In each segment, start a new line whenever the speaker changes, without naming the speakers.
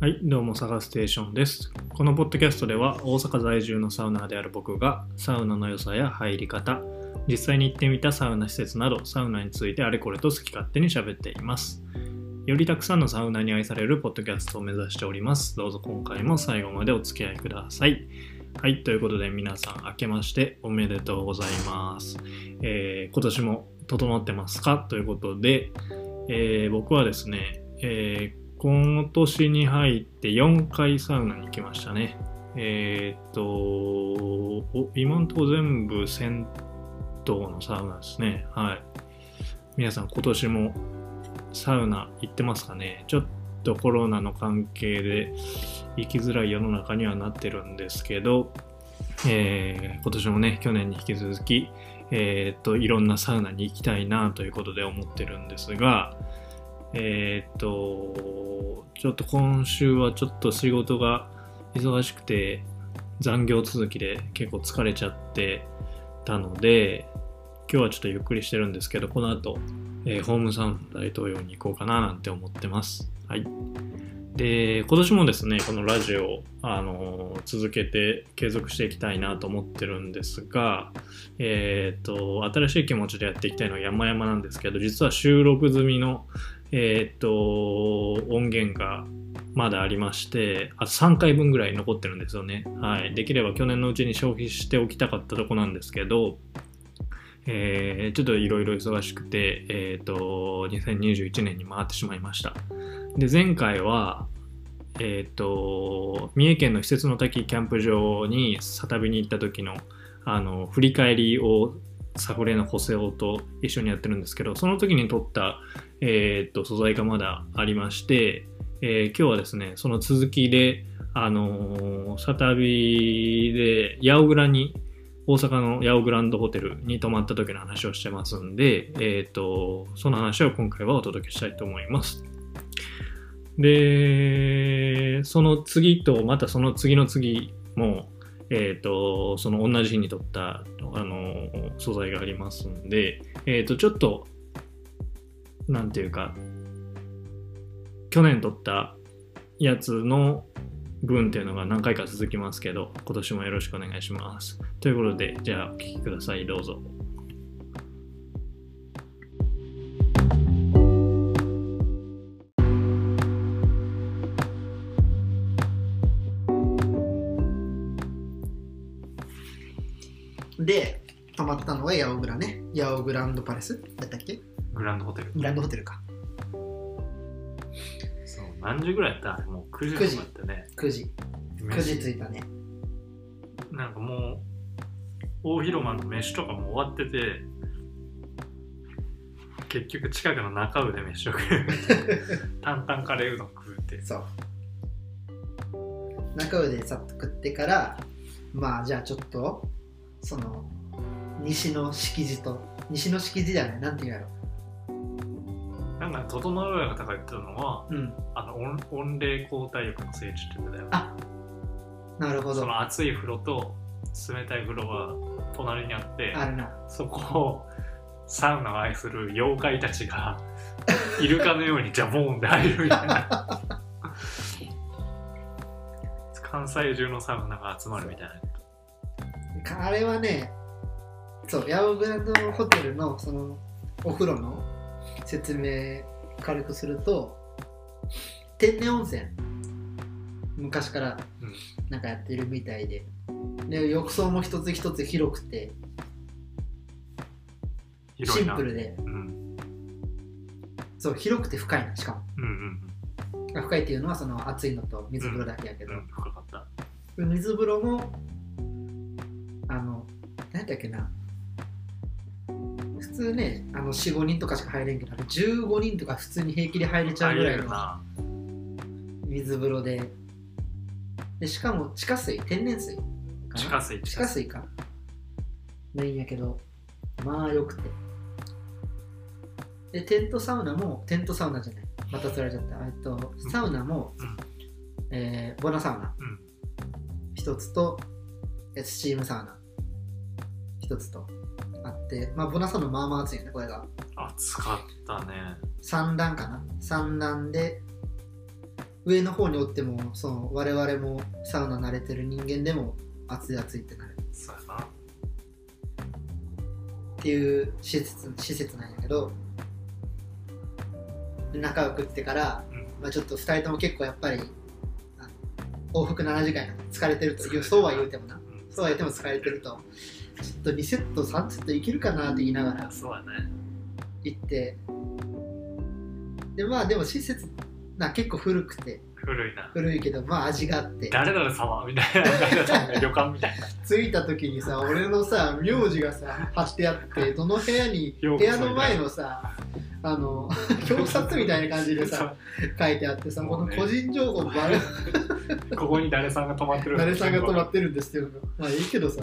はい、どうも、サガステーションです。このポッドキャストでは、大阪在住のサウナーである僕が、サウナの良さや入り方、実際に行ってみたサウナ施設など、サウナについてあれこれと好き勝手に喋っています。よりたくさんのサウナに愛されるポッドキャストを目指しております。どうぞ今回も最後までお付き合いください。はい、ということで皆さん、明けましておめでとうございます。えー今年も整ってますかということで、えー僕はですね、えー今年に入って4回サウナに行きましたね。えーっと、お今んとこ全部銭湯のサウナですね。はい。皆さん今年もサウナ行ってますかねちょっとコロナの関係で行きづらい世の中にはなってるんですけど、えー今年もね、去年に引き続き、えーっと、いろんなサウナに行きたいなということで思ってるんですが、えーっと、ちょっと今週はちょっと仕事が忙しくて、残業続きで結構疲れちゃってたので、今日はちょっとゆっくりしてるんですけど、この後、えーホームサウンド大統領に行こうかななんて思ってます。はい。で、今年もですね、このラジオ、あのー続けて継続していきたいなと思ってるんですが、えーっと、新しい気持ちでやっていきたいのは山々なんですけど、実は収録済みのえーっと、音源がまだありまして、あと3回分ぐらい残ってるんですよね。はい。できれば去年のうちに消費しておきたかったとこなんですけど、えーちょっといろいろ忙しくて、えーっと、2021年に回ってしまいました。で、前回は、えーっと、三重県の施設の滝キャンプ場に、サタビに行った時の、あの、振り返りを、サフレの補正夫と一緒にやってるんですけど、その時に撮ったえーっと素材がまだありまして、えー今日はですねその続きで、あのーサタビで八百倉に大阪の八百グランドホテルに泊まった時の話をしてますんで、えーっとその話を今回はお届けしたいと思います。でその次とまたその次の次もえー、とその同じ日に撮った、あのー素材がありますんで、えー、とちょっとなんていうか、去年撮ったやつの分っていうのが何回か続きますけど、今年もよろしくお願いします。ということで、じゃあお聴きください、どうぞ。
で、泊まったのは八百倉ね。八百グランドパレスだったっけ
グランドホテル
グランドホテルか。
そう何時ぐらいやったあれもう9時とかやったね
9時。9時着いたね。
なんかもう大広間の飯とかも終わってて結局近くの中宇で飯を食う タンタンカレーうどん食うて
そう。中尾でさっと食ってから、まあじゃあちょっと、その、西の敷地と、西の敷地じゃない、なんていうんやろ。
なんか整うやとか言ってたのは
うん。
あの温温冷交代浴の聖地って言ってたよ
あなるほ
そ
ど。
の熱い風呂と冷たい風呂が隣にあって
あるな。
そこをサウナを愛する妖怪たち がイルカのようにジャボーンで入るみたいな関西中のサウナが集まるみたいな
かあれはね、そう、八百グランドホテルのそのお風呂の説明軽くすると、天然温泉、昔から
うん
なんかやってるみたいで、で浴槽も一つ一つ広くて、
広い
シン
な
プルで、
うん、うん
そう、広くて深いの、しかも。
うん
あ深いっていうのはその熱いのと水風呂だけやけ
う
ど、
んうん深かった
水風呂もあの何だっけな普通ねあの45人とかしか入れんけどあれ15人とか普通に平気で入れちゃう
入
ぐら
れ
い
る
の
な
水風呂ででしかも地下水天然水かな
地下水
地下水かないんやけどまあよくてでテントサウナもテントサウナじゃないまた釣られちゃったえっとサウナも、
うん
えーボナサウナ
うん
一つとえスチームサウナ一つとあってまあボナサウナまあまあ暑いよねこれが
暑かったね
三段かな三段で上の方におってもその我々もサウナ慣れてる人間でも熱い熱いってなる
そうやな
っていう施設施設なんやけど仲良くってから、
うん
まあ、ちょっと2人とも結構やっぱりあの往復7時間やから疲れてるというそうは言うてもな
うん
そうは言っても疲れてるとちょっと2セット3セットいけるかなって言いながら
そうやね
行ってでまあでも施設な結構古くて
古いな
古いけどまあ味があって
誰々様みたいな誰々様の旅館み たいな
着いた時 にさ俺のさ名字がさ貼ってあってどの部屋に
よう
部
こそ
屋の前のさ あの表札みたいな感じでさ書いてあってさこ
もう
の
ね
個人情報 バレ
そうここに誰さんが泊まってる
誰さんが泊まっててるんですけどまあいいけどさ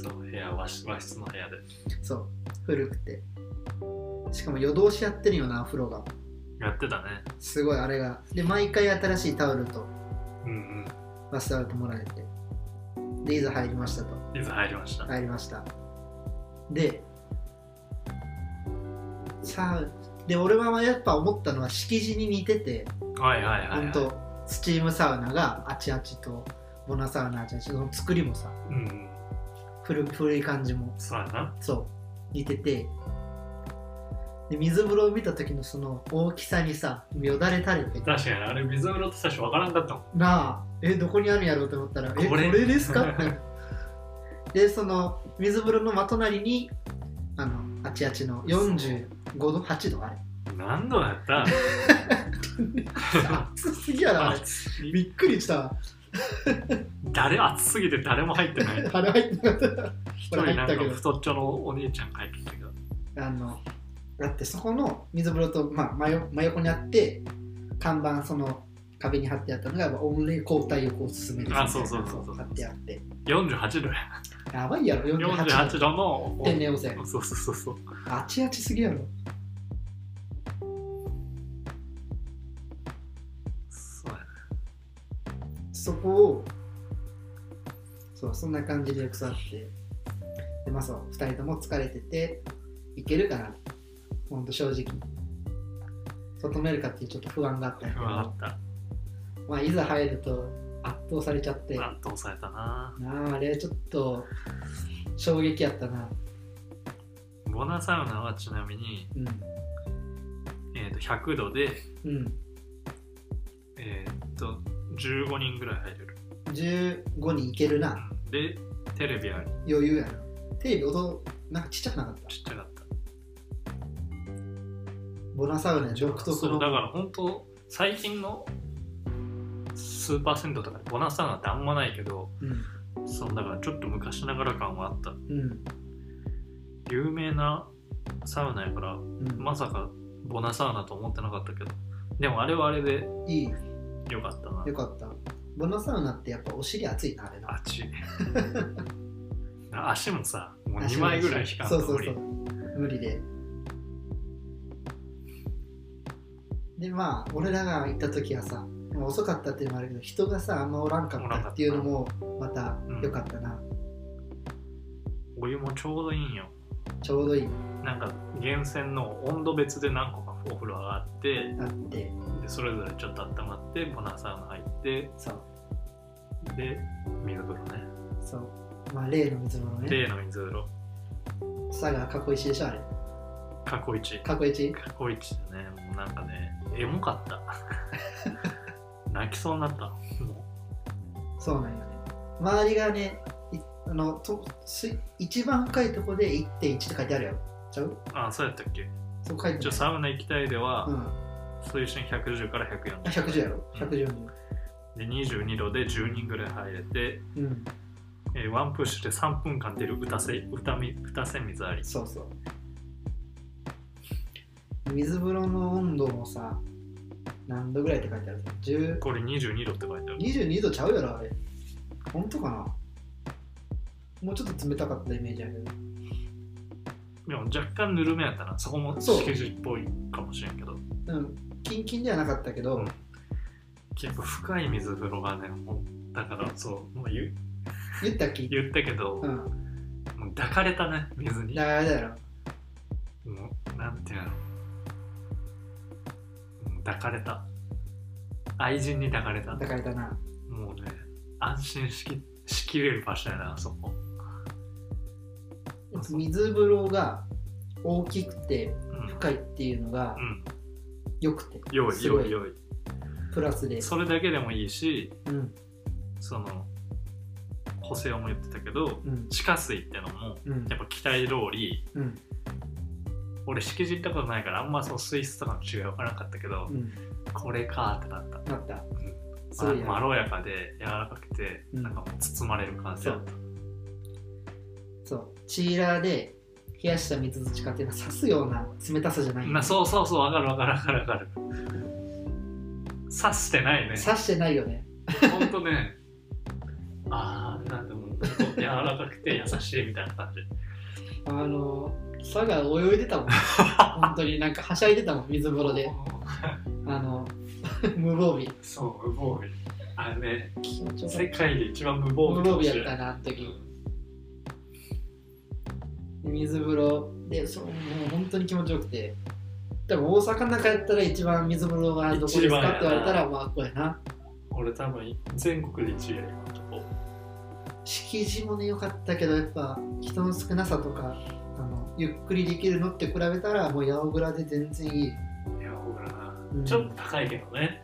そう部屋和室和室の部屋で
そう古くてしかも夜通しやってるよなお風呂が
やってたね
すごいあれがで毎回新しいタオルと
うん
バスタオルともらえてでいざ入りましたと
うんいつ入りました
入りましたでさあで俺はやっぱ思ったのは敷地に似てて
はいはいはい、はい、
本当スチームサウナがあちあちとモナサウナあちあちその作りもさ
うんうん
古古い感じも
そうやな
そう似ててで水風呂を見た時のその大きさにさよだれ垂れて
確かにあれ水風呂って最初わからんかったもん
なあえどこにあるんやろうと思ったらえ
こ
こ
れ
れで すかってでその水風呂の真隣にあのあちあちの45度8度あれ
何度やった
暑すぎやろあれ
暑い
びっくりしたわ
誰暑すぎて誰も入って ない
あれ入ってなかった
一
こ
人
れ入
な
っ
んか
たけど
太っちょのお兄ちゃん帰ってきたけど
あのだってそこの水風呂と、まあ、真よ真横にあって看板その壁に貼ってあったのがオンリー交代をこう進める
あそうそうそうそう
貼ってあって
48度や
やばいやろ48
48
度
度の
天然温泉
そうそうそうそう
あちあちすぎやろ
そうやね
そこをそうそんな感じで腐ってでまあそう2人とも疲れてていけるかなほんと正直整えるかっていうちょっと不安があったんやけ
分
ど
かった
まあいざ入ると圧倒されちゃって
圧倒されたな
なああれちょっと衝撃やったな
ボナサウナはちなみに、
うん
えー、と100度で、
うん
えー、と15人ぐらい入れる
15にいけるな
でテレビある
余裕やなテレビ音なんかちっちゃくなかった
ちっちゃかった
ボナサウナや独特
そうだか
の
ら本当最近のスーパー銭湯とかでボナサウナってあんまないけど
うん
そのだからちょっと昔ながら感はあった
うん
有名なサウナやから
うん、
まさかボナサウナと思ってなかったけどでもあれはあれで
いい
よかったな
よかった。ボナサウナってやっぱお尻熱いな、あれな。
熱い 足もさもう2枚ぐらい引かん
そ
と
うそ
無
う
理
そう。無理で。で、まあ、俺らが行った時はさ、でも遅かったっていうのもあるけど、人がさ、あんまおらんかったっていうのも、またよかったな。
お湯もちょうどいいんよ
ちょうどいい
なんか源泉の温度別で何個かお風呂があって
なって、
でそれぞれちょっと温まってボナサウナ入って
そう、
で水風呂ね
そう。まあ、例の水物ね。
例の水風呂
佐賀過去一でしょ、あれ。
過去一
過去一
過去一でねもうなんかねエモかった 泣きそうになったも
そうなんよね。周りがね、いあのとす一番深いとこで1.1って書いてあるよ。ちゃう
うあそうやったっけ
そう書いてない
一応サウナ行きたいでは、
うん。
水深110から140
110やろ
うん
110
で22度で10人ぐらい入れて、
うん
えーワンプッシュで3分間出る歌せ歌み歌せ水あり
そうそう水風呂の温度もさ何度ぐらいって書いてある10
これ22度って書いてある
22度ちゃうやろあれ本当かなもうちょっと冷たかったイメージある
でも若干ぬるめやったなそこも
そう
敷地っぽいかもしれんけど
うんキンキンではなかったけど、
うん結構深い水風呂がねもうだからそうもう言う
言ったっけ
言ったけど、
うん
もう抱かれたね水に
だからあれだよ
もうなんていうのもう抱かれた愛人に抱かれた
抱かれたな
もうね安心しきしきれる場所やなあそこあそう
水風呂が大きくて
うん
深いっていうのが
うん
良くて
良い
すご
良
い
い良い
プラスで
それだけでもいいし
うん
その補正も言ってたけど
うん
地下水ってのも
うん
やっぱ期待通り
うん
俺敷地行ったことないからあんまその水質とかの違い分からなかったけど、
うん
これかーってなった
なった
ん
すごい
ま
な
まろやかで柔らかくて、
うん
なんかもう包まれる感じだった
そうチーラーで冷やした水土かっていうのは刺すような冷たさじゃない
なそうそうそうわかるわかるわかるわかる刺してないね
刺してないよね
ほんとねああなんでもうちょっと柔らかくて優しいみたいな 感じ
あの佐が泳いで たもん本当になんかはしゃいでたもん水風呂であの 無防備
そう無防備あれね
気持ちよかっ
世界で一番無
た
防
無
備
防
かも
備
し
や
れ
っ
な
た
い
なあの時で水風呂でそうもう本当に気持ちよくて多分大阪の中やったら一番水風呂がどこです
一番
か
や
っ
な
て言われたらまあこうやな
俺多分全国で一位や今のとこ
敷地もね良かったけどやっぱ人の少なさとかあのゆっくりできるのって比べたらもう八百蔵で全然いい
いやほらな、
うん
ちょっと高いけどね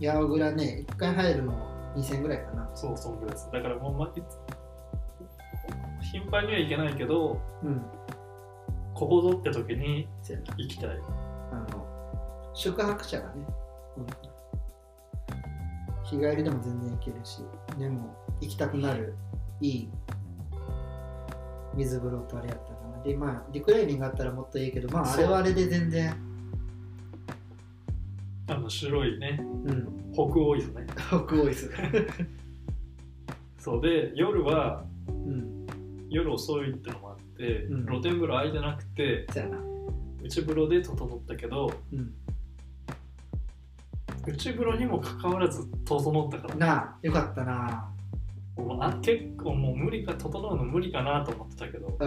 八百蔵ね1回入るの2000ぐらいかな
そうそうですだからもう、ま、い頻繁には行けないけど
うん
ここぞって時に
そうやな
行きたい
あの宿泊者がね、うん日帰りでも全然行けるしでも行きたくなるいい水風呂とあれやったかなでまあリクライニングあったらもっといいけどまああ
そう
れはあれで全然
あの白いね
うん
北欧ですね
北欧椅子
そうで夜は
うん
夜遅いってのもあって、
うん
露天風呂空いてなくて
そうやな
内風呂で整ったけど
うん
内風呂にもかかわらず整ったから
なあよかったな
もうあ結構もう無理か整うの無理かなと思ってたけど
う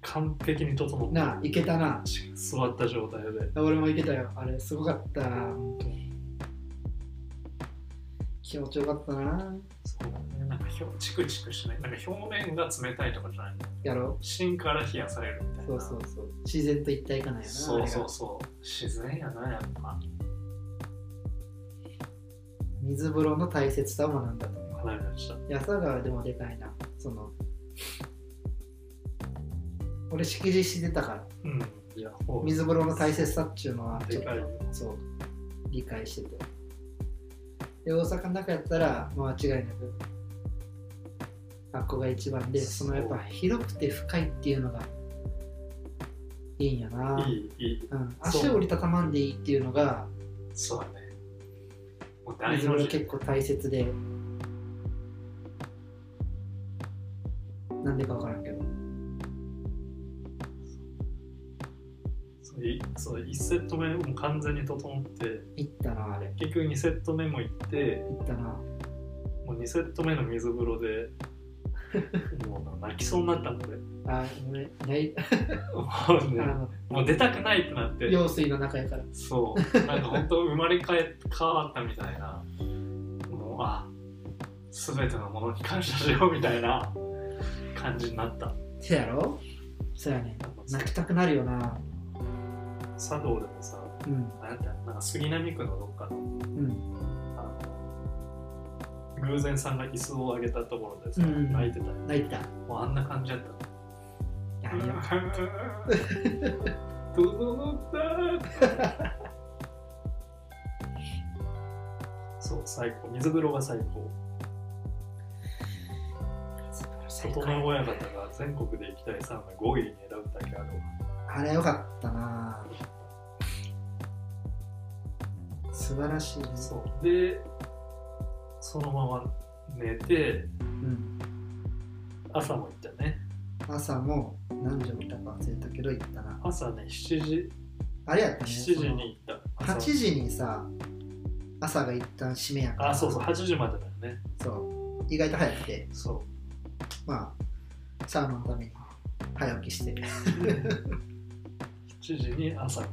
完璧に整っ
ん
た
なあ行けたな
座った状態で
俺も行けたよあれすごかった本当に気持ちよかったな
そうだねなんかひょチクチクしないなんか表面が冷たいとかじゃない
やろう
芯から冷やされるみたいな
そうそうそう自然と一体化なんやな
そう
あれ
そ
が
うそう自然やなやっぱ
水風呂の大切さを学んだと
学びました
安田川でもでかいなその俺敷地してたから
うんいやほう
水風呂の大切さっていうのはちょ
で
っ
かいよ
とそう理解しててで大阪の中やったらまあ間違いなく学校が一番でそのやっぱ広くて深いっていうのがいいんやない
いいい
うん、足を折りたたまんでいいっていうのが
そうだね。もう大
水
の
風呂
字
結構大切でなんでか分からんけど
そういそう1セット目も完全に整って、
行ったなあれ
結局2セット目も行って、
行ったな
もう2セット目の水風呂 で、もう泣きそうになったので、
あ俺ない
もう
あ
ね
の
もう出たくないってなって、
用水の中やから
そう、なんか本当生まれ変え変わったみたいな、もう、あ、すべてのものに感謝しようみたいな感じになった。
せやろそやねん泣きたくなるよな
茶道でもさ、
うん
なんだなんか杉並区のどっかの
うん
あの偶然さんが椅子を上げたところでさ、
うん
泣いてたよ
泣いたい
もうあんな感じだった
やいや
どうぞだそう最高水風呂が最高整親方が全国で行きたいサウナ5位に選ぶだけある
あれよかったな素晴らしいね
わそうでそのまま寝て
うん
朝も行ったね
朝も何時起きたか忘れたけど行ったな
朝ね7時
あれやったね
7時に行った朝
8時にさ朝が一旦閉めやから
あそうそう8時までだよね
そう意外と早くて
そ
まあサウナのために早起きして
う7時に朝が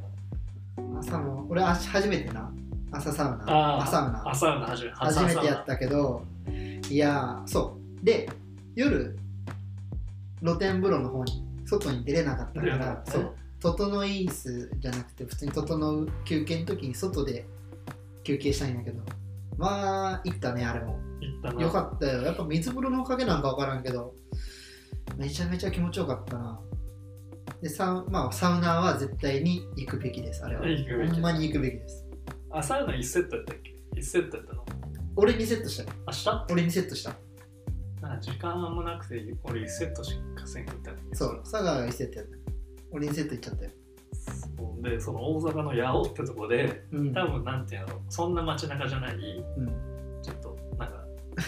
朝も俺あ初めてな朝サウナ
あ
朝サウナ
朝サウナ初め初
初
朝サ
め
ウナ
てやったけどいやーそうで夜露天風呂の方に外に出れなかったか
出れなからった
そう整い椅子じゃなくて普通に整う休憩の時に外で休憩したいんだけどまあ行ったねあれも
行ったな
よかったよやっぱ水風呂のおかげなんかわからんけどめちゃめちゃ気持ちよかったなでサウ,、まあ、サウナーは絶対に行くべきですあれは
行くべき
ほんまに行くべきです
あサウナ1セットやったっけ ?1 セットやったの
俺にセットした
明日
俺にセットした
なんか時間もなくて俺1セットしかせんかったんだけど
そう佐川が1セットやった俺にセット行っちゃったよ
そうでその大阪の八尾ってとこで
うん
多分なんていうのそんな街中じゃない
うん
ちょっとなんか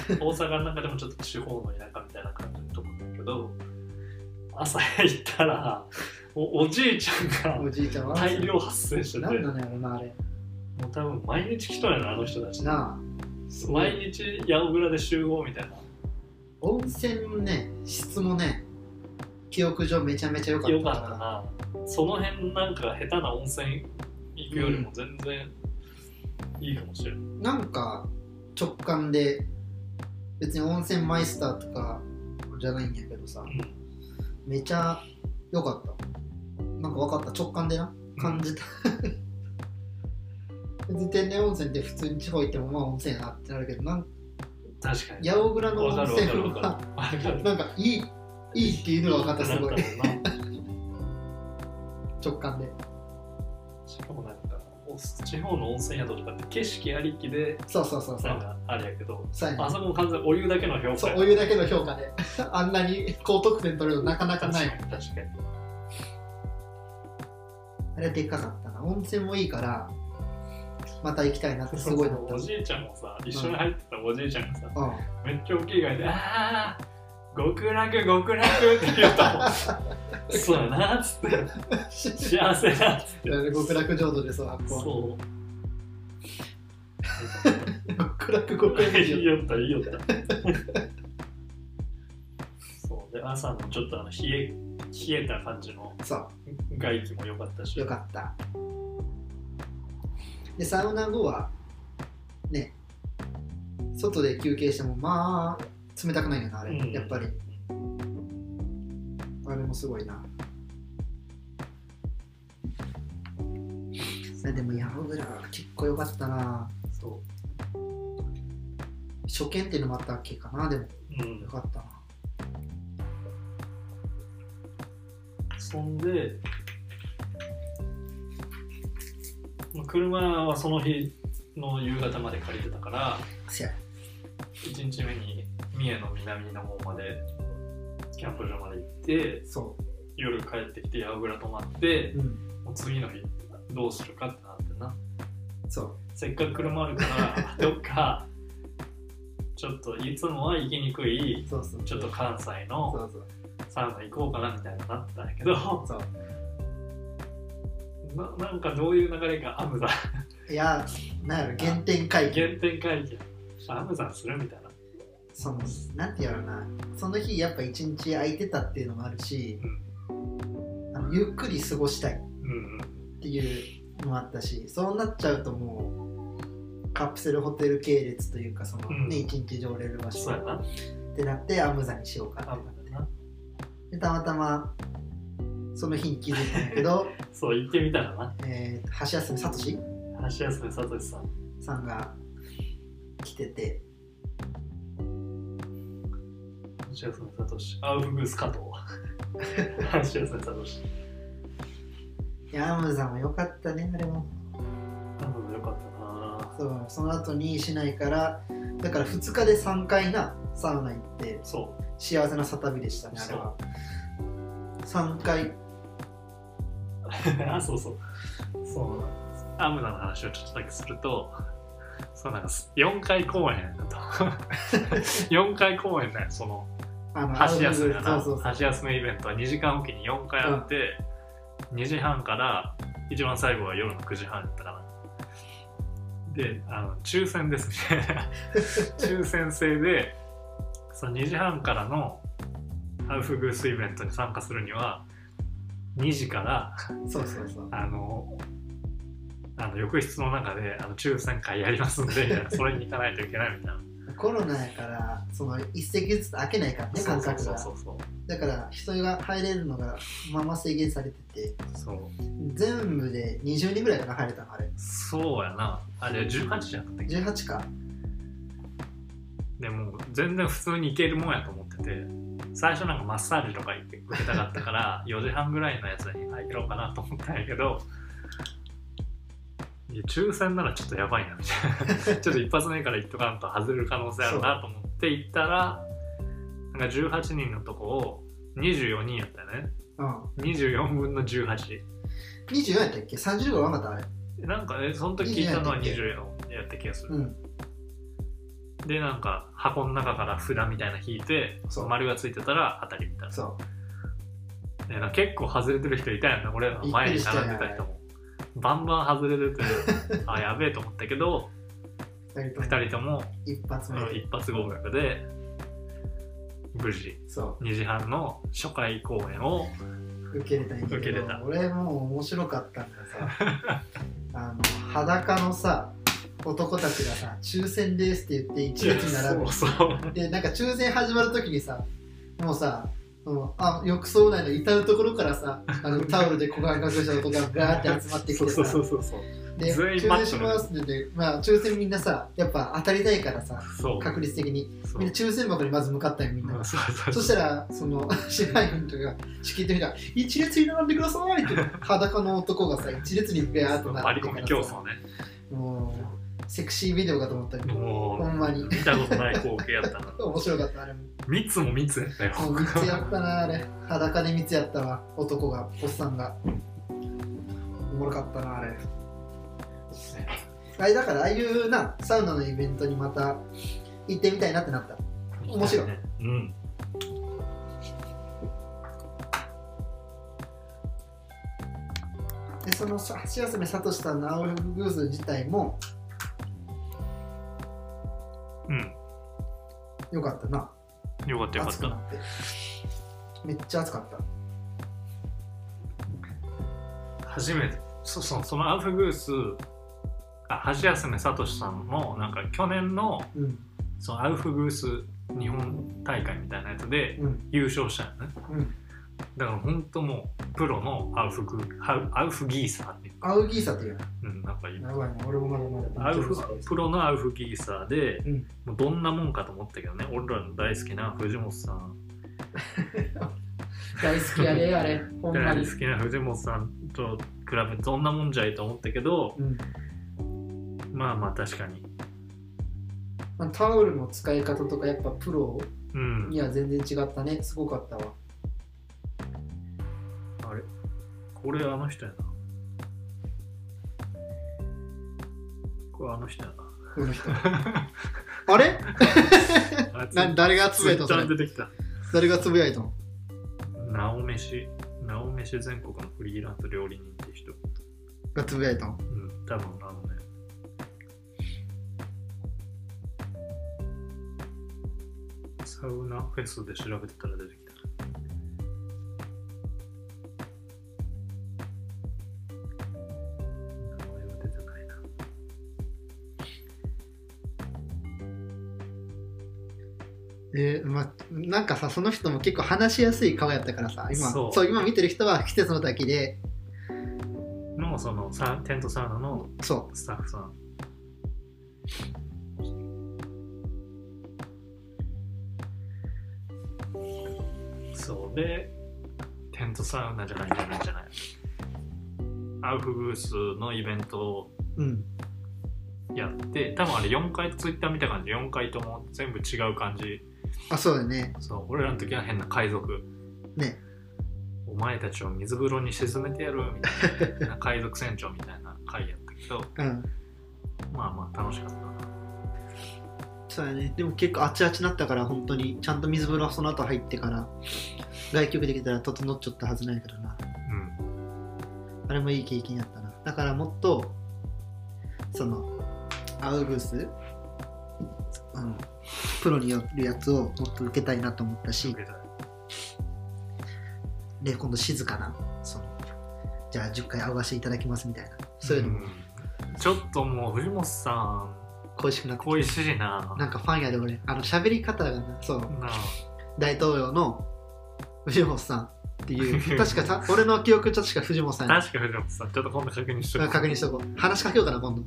大阪の中でもちょっと地方の田舎みたいな感じのとこだけど朝行ったらおおじいちゃん
お
が
じいちゃんは
大量発生してて
何
も
なのやろなあれ
う多分毎日来とんやなあの人たち
なあ
毎日八百蔵で集合みたいな
温泉のね質もね記憶上めちゃめちゃ良かった
よかったなその辺なんか下手な温泉行くよりも全然いいかもしれない、
なんか直感で別に温泉マイスターとかじゃないんやけどさ
うん
めちゃ良かったなんか分かった直感でな感じた別に天然温泉って普通に地方行ってもまあ温泉やなってなるけどなんか
確かに
八百蔵の
わかる
温
わか
泉
るわ
は
かるわかる
なんかいいいいっていうのが分かったすごい
なんかもうな
直感で
しかもなんかお地方の温泉宿とかって景色ありきで
そうそうそうそ
なん
う
かあれやけど
そうやね
あそこも完全にお湯だけの評価
そ
や
うお湯だけの評価で あんなに高得点取れるのなかなか
確
な
か
い
に確かに
あれでっかかったな温泉もいいからまた行きたいなってすごいなった
おじいちゃんもさ一緒に入ってたおじいちゃんがさ、
うん
めっちゃ大きい声で「ああ極楽極楽」って言ったもん そうやなっつって幸せだっつって
極楽浄土でそうあっこ
そう
は 極楽極楽
いい
浄
よったいいよったそうで朝のちょっとあの冷え冷えた感じの
土そ
外気も良かったし
うよかったでサウナ後はね外で休憩してもまあ冷たくないよなあれ、
うん
やっぱりあれもすごいなあでもヤオグラ結構良かったな
そう
初見っていうのもあったっけかなでも
うん
良かったな
そんで、まあ車はその日の夕方まで借りてたから、
せや
1日目に三重の南の方まで、キャンプ場まで行って、
そ
夜帰ってきて、八百蔵泊まって
う、、うん、
もう次の日どうするかってなってな。
そう
せっかく車あるから、 どっか、ちょっといつもは行きにくい、
そうそう
ちょっと関西
そ
の
うそう
サウナ行こうかなみたいになったんやけど、
そう
ななんかどういう流れかアムザン
いやなんやろ原点回帰
原点回帰アムザンするみたいな
そのなんてやろうなその日やっぱ一日空いてたっていうのもあるし、あのゆっくり過ごしたいっ
うん
ていうのもあったしそうなっちゃうともうカプセルホテル系列というかその、
うん
ね一日上れる場所
そうやな
ってなってアムザにしようかな
アムザンだな
でたまたまその日に気づいたんだけど、
そう行ってみたらな
えー、橋休みさとし
橋休めさとしさん
さんが来てて
橋休めさとしアウフグース加藤橋休めさとし
いやアムザも良かったねあれも。
アムザンよかったな
そうその後に市内からだから2日で3回なサウナ行って
そう
幸せなサタビでしたねあれは3回
あそう そうそうなんですアムザンの話をちょっとだけするとそうなんです4回公演だと4回公演だよその
あの
箸休めだな
そうそうそう
箸休めイベントは2時間おきに4回あって、2時半から一番最後は夜の9時半だったかなであの抽選ですみたい な抽選制でその2時半からのハウフグースイベントに参加するには2時から
そうそうそう
あのあの浴室の中であの抽選会やりますんでみたいなそれに行かないといけないみたいな
コロナやからその一席ずつ開けないからね
そう
間
そう
隔
そう
が
そうそう
だから人が入れるのがまあまあ制限されてて
そう
全部で20人ぐらいかな入れたのあれ
そうやなあれ18じゃなくて
18か
でも全然普通に行けるもんやと思ってて最初なんかマッサージとか行って受けたかったから 4時半ぐらいのやつに入ろうかなと思ったんやけどいや抽選ならちょっとやばいなみたいな ちょっと一発目から行っとかんと外れる可能性あるなと思って行ったらなんか18人のとこを24人やったよね
うん
24分の18
24やったっけ ?30 ぐらいなかったあれ
なんかねその時聞いたのは24やった気がする、
うん
でなんか箱の中から札みたいなの引いて
そう
丸がついてたら当たりみたいな
そ
ねなんか結構外れてる人いたよね俺らの前に並んでた人もバンバン外れてて あやべえと思ったけど
う2人とも
2人とも
一発
そ
目
の一発合格で無事
そ
2時半の初回公演を
う受けれたんやけど
受けれた
俺もう面白かったんださ あの裸のさ男たちがさ抽選ですって言って一列並ぶ
そうそう
でなんか抽選始まるときにさもうさそのあ浴槽内の至る所からさあのタオルで股間隠した男がガーって集まってき
そ
て
う
さ
そうそうそう
で
全員
抽選しますって言って、まあ、抽選みんなさやっぱ当たりたいからさ
そう
確率的に
そう
みんな抽選箱にまず向かったよみんな
うんそうそう
そしたら、その 支配人とか仕切ってみたら、一列に並んでくださいって、裸の男がさ、一列にベアーっと
バリ
並んで
コ
く
ミ
る
競争ね
もう、セクシービデオかと思ったけど、
もう
ほんまに
見たことない光景やった な
面白かった、あれも。
密も密やったよ
もう密やったな、あれ。裸で密やったわ、男が、おっさんが。おもろかったな、あれ。あれだから、ああいうな、サウナのイベントにまた行ってみたいなってなった。面白 い
ねうん
でそのさ橋休めさとしさんのアウフグース自体も
うん
良かったな
よかったよかっ
暑くな
た
ってめっちゃ暑かった
初めてそうそうそのアウフグースあ橋休めさとしさんもなんか去年の
うん
そのアウフグース日本大会みたいなやつで
うん
優勝したよね
うん
だから本当もうプロのアウフグアウアウフギーサーっていう
アウギーサっていう
うんなんかいい
やばいな俺もまだまだ
アウフ
う
プロのアウフギーサーで、
ん
もうどんなもんかと思ったけどね俺らの大好きな藤本さん
大好きやであ れほんま
大
に
好きな藤本さんと比べてどんなもんじゃいと思ったけど
うん
まあまあ確かに
まあタオルの使い方とかやっぱプロ
うん
には全然違ったねすごかったわ
あれこれあの人やな。これあの人や
この人あれ
な。あいつ
な誰がつぶやいたの
ツイッタ
そ
ー
れ
に出てきた。
誰がつぶやいたの
なおめし、なおめし全国のフリーランス料理人って人。
がつぶやいたの
うん、多分あのね。サウナフェスで調べてたら出てきた。名前は出てないな。
えーまあ、なんかさその人も結構話しやすい顔やったからさ今
そう
そう今見てる人は季節の滝で
のそのサテントサウナの
そ
スタッフさんそうでテントサウナじゃないじゃないじゃないアウフグースのイベントを
ううん
やって多分あれ4回ツイッター見た感じ4回とも全部違う感じ
あそうだね
そう俺らの時は変な海賊
ね
お前たちを水風呂に沈めてやるみたいな海賊船長みたいな回やったけど
うん
まあまあ楽しかったな
そうだねでも結構あちあちなったから本当にちゃんと水風呂その後入ってから外局できたら整っちゃったはずないからな
うん
あれもいい経験やったなだからもっとそのアウグースあのプロによるやつをもっと受けたいなと思ったし
受けたい
で今度静かなそのじゃあ10回合わせいただきますみたいなそういうのも
んちょっともう藤本さん
恋しくなってき
恋
て
しいな
なんかファンやで俺あの喋り方がなそう
なあ
大統領の藤本さんってい う確かさ俺の記憶ちょっとしか藤本さんや
確か藤本さんちょっと今度確認しと
確認しとこう話しかけようか な今度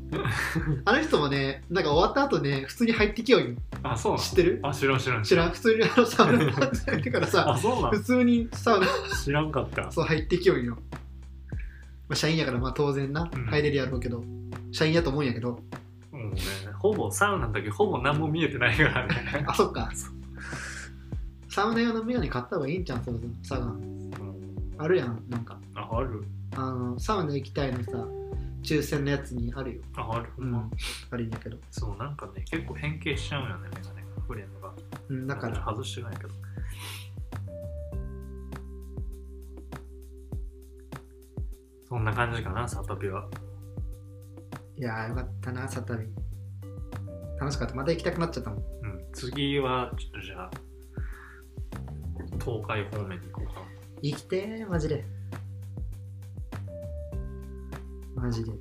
あの人もねなんか終わった後ね普通に入ってきようよ
あそうな
知ってる
のあ知らん知らん
知らん普通にあのサウナ入ってからさ
あそうな
普通にサウナ
の知らんかった
そう入ってきようよ、まあ、社員やからまあ当然な
うん
入れるやろうけど、社員やと思うんやけど
もうねほぼサウナの時ほぼ何も見えてないからね
あそっか
そう
サウナ用のメガネ買った方がいいんじゃんそろそろサウナ
うん
あるやんなんか
あある
あのサウナ行きたいのさ抽選のやつにあるよ、
あある、
あるんやけど、
そうなんかね結構変形しちゃうよねメガネがフレームが
うん、だから
外してないけどそんな感じかなサタピはい
やーよかったなサタビ楽しかったまた行きたくなっちゃったもん
うん次はちょっとじゃあ東海方面に行こうかな
生きてーマジでマジで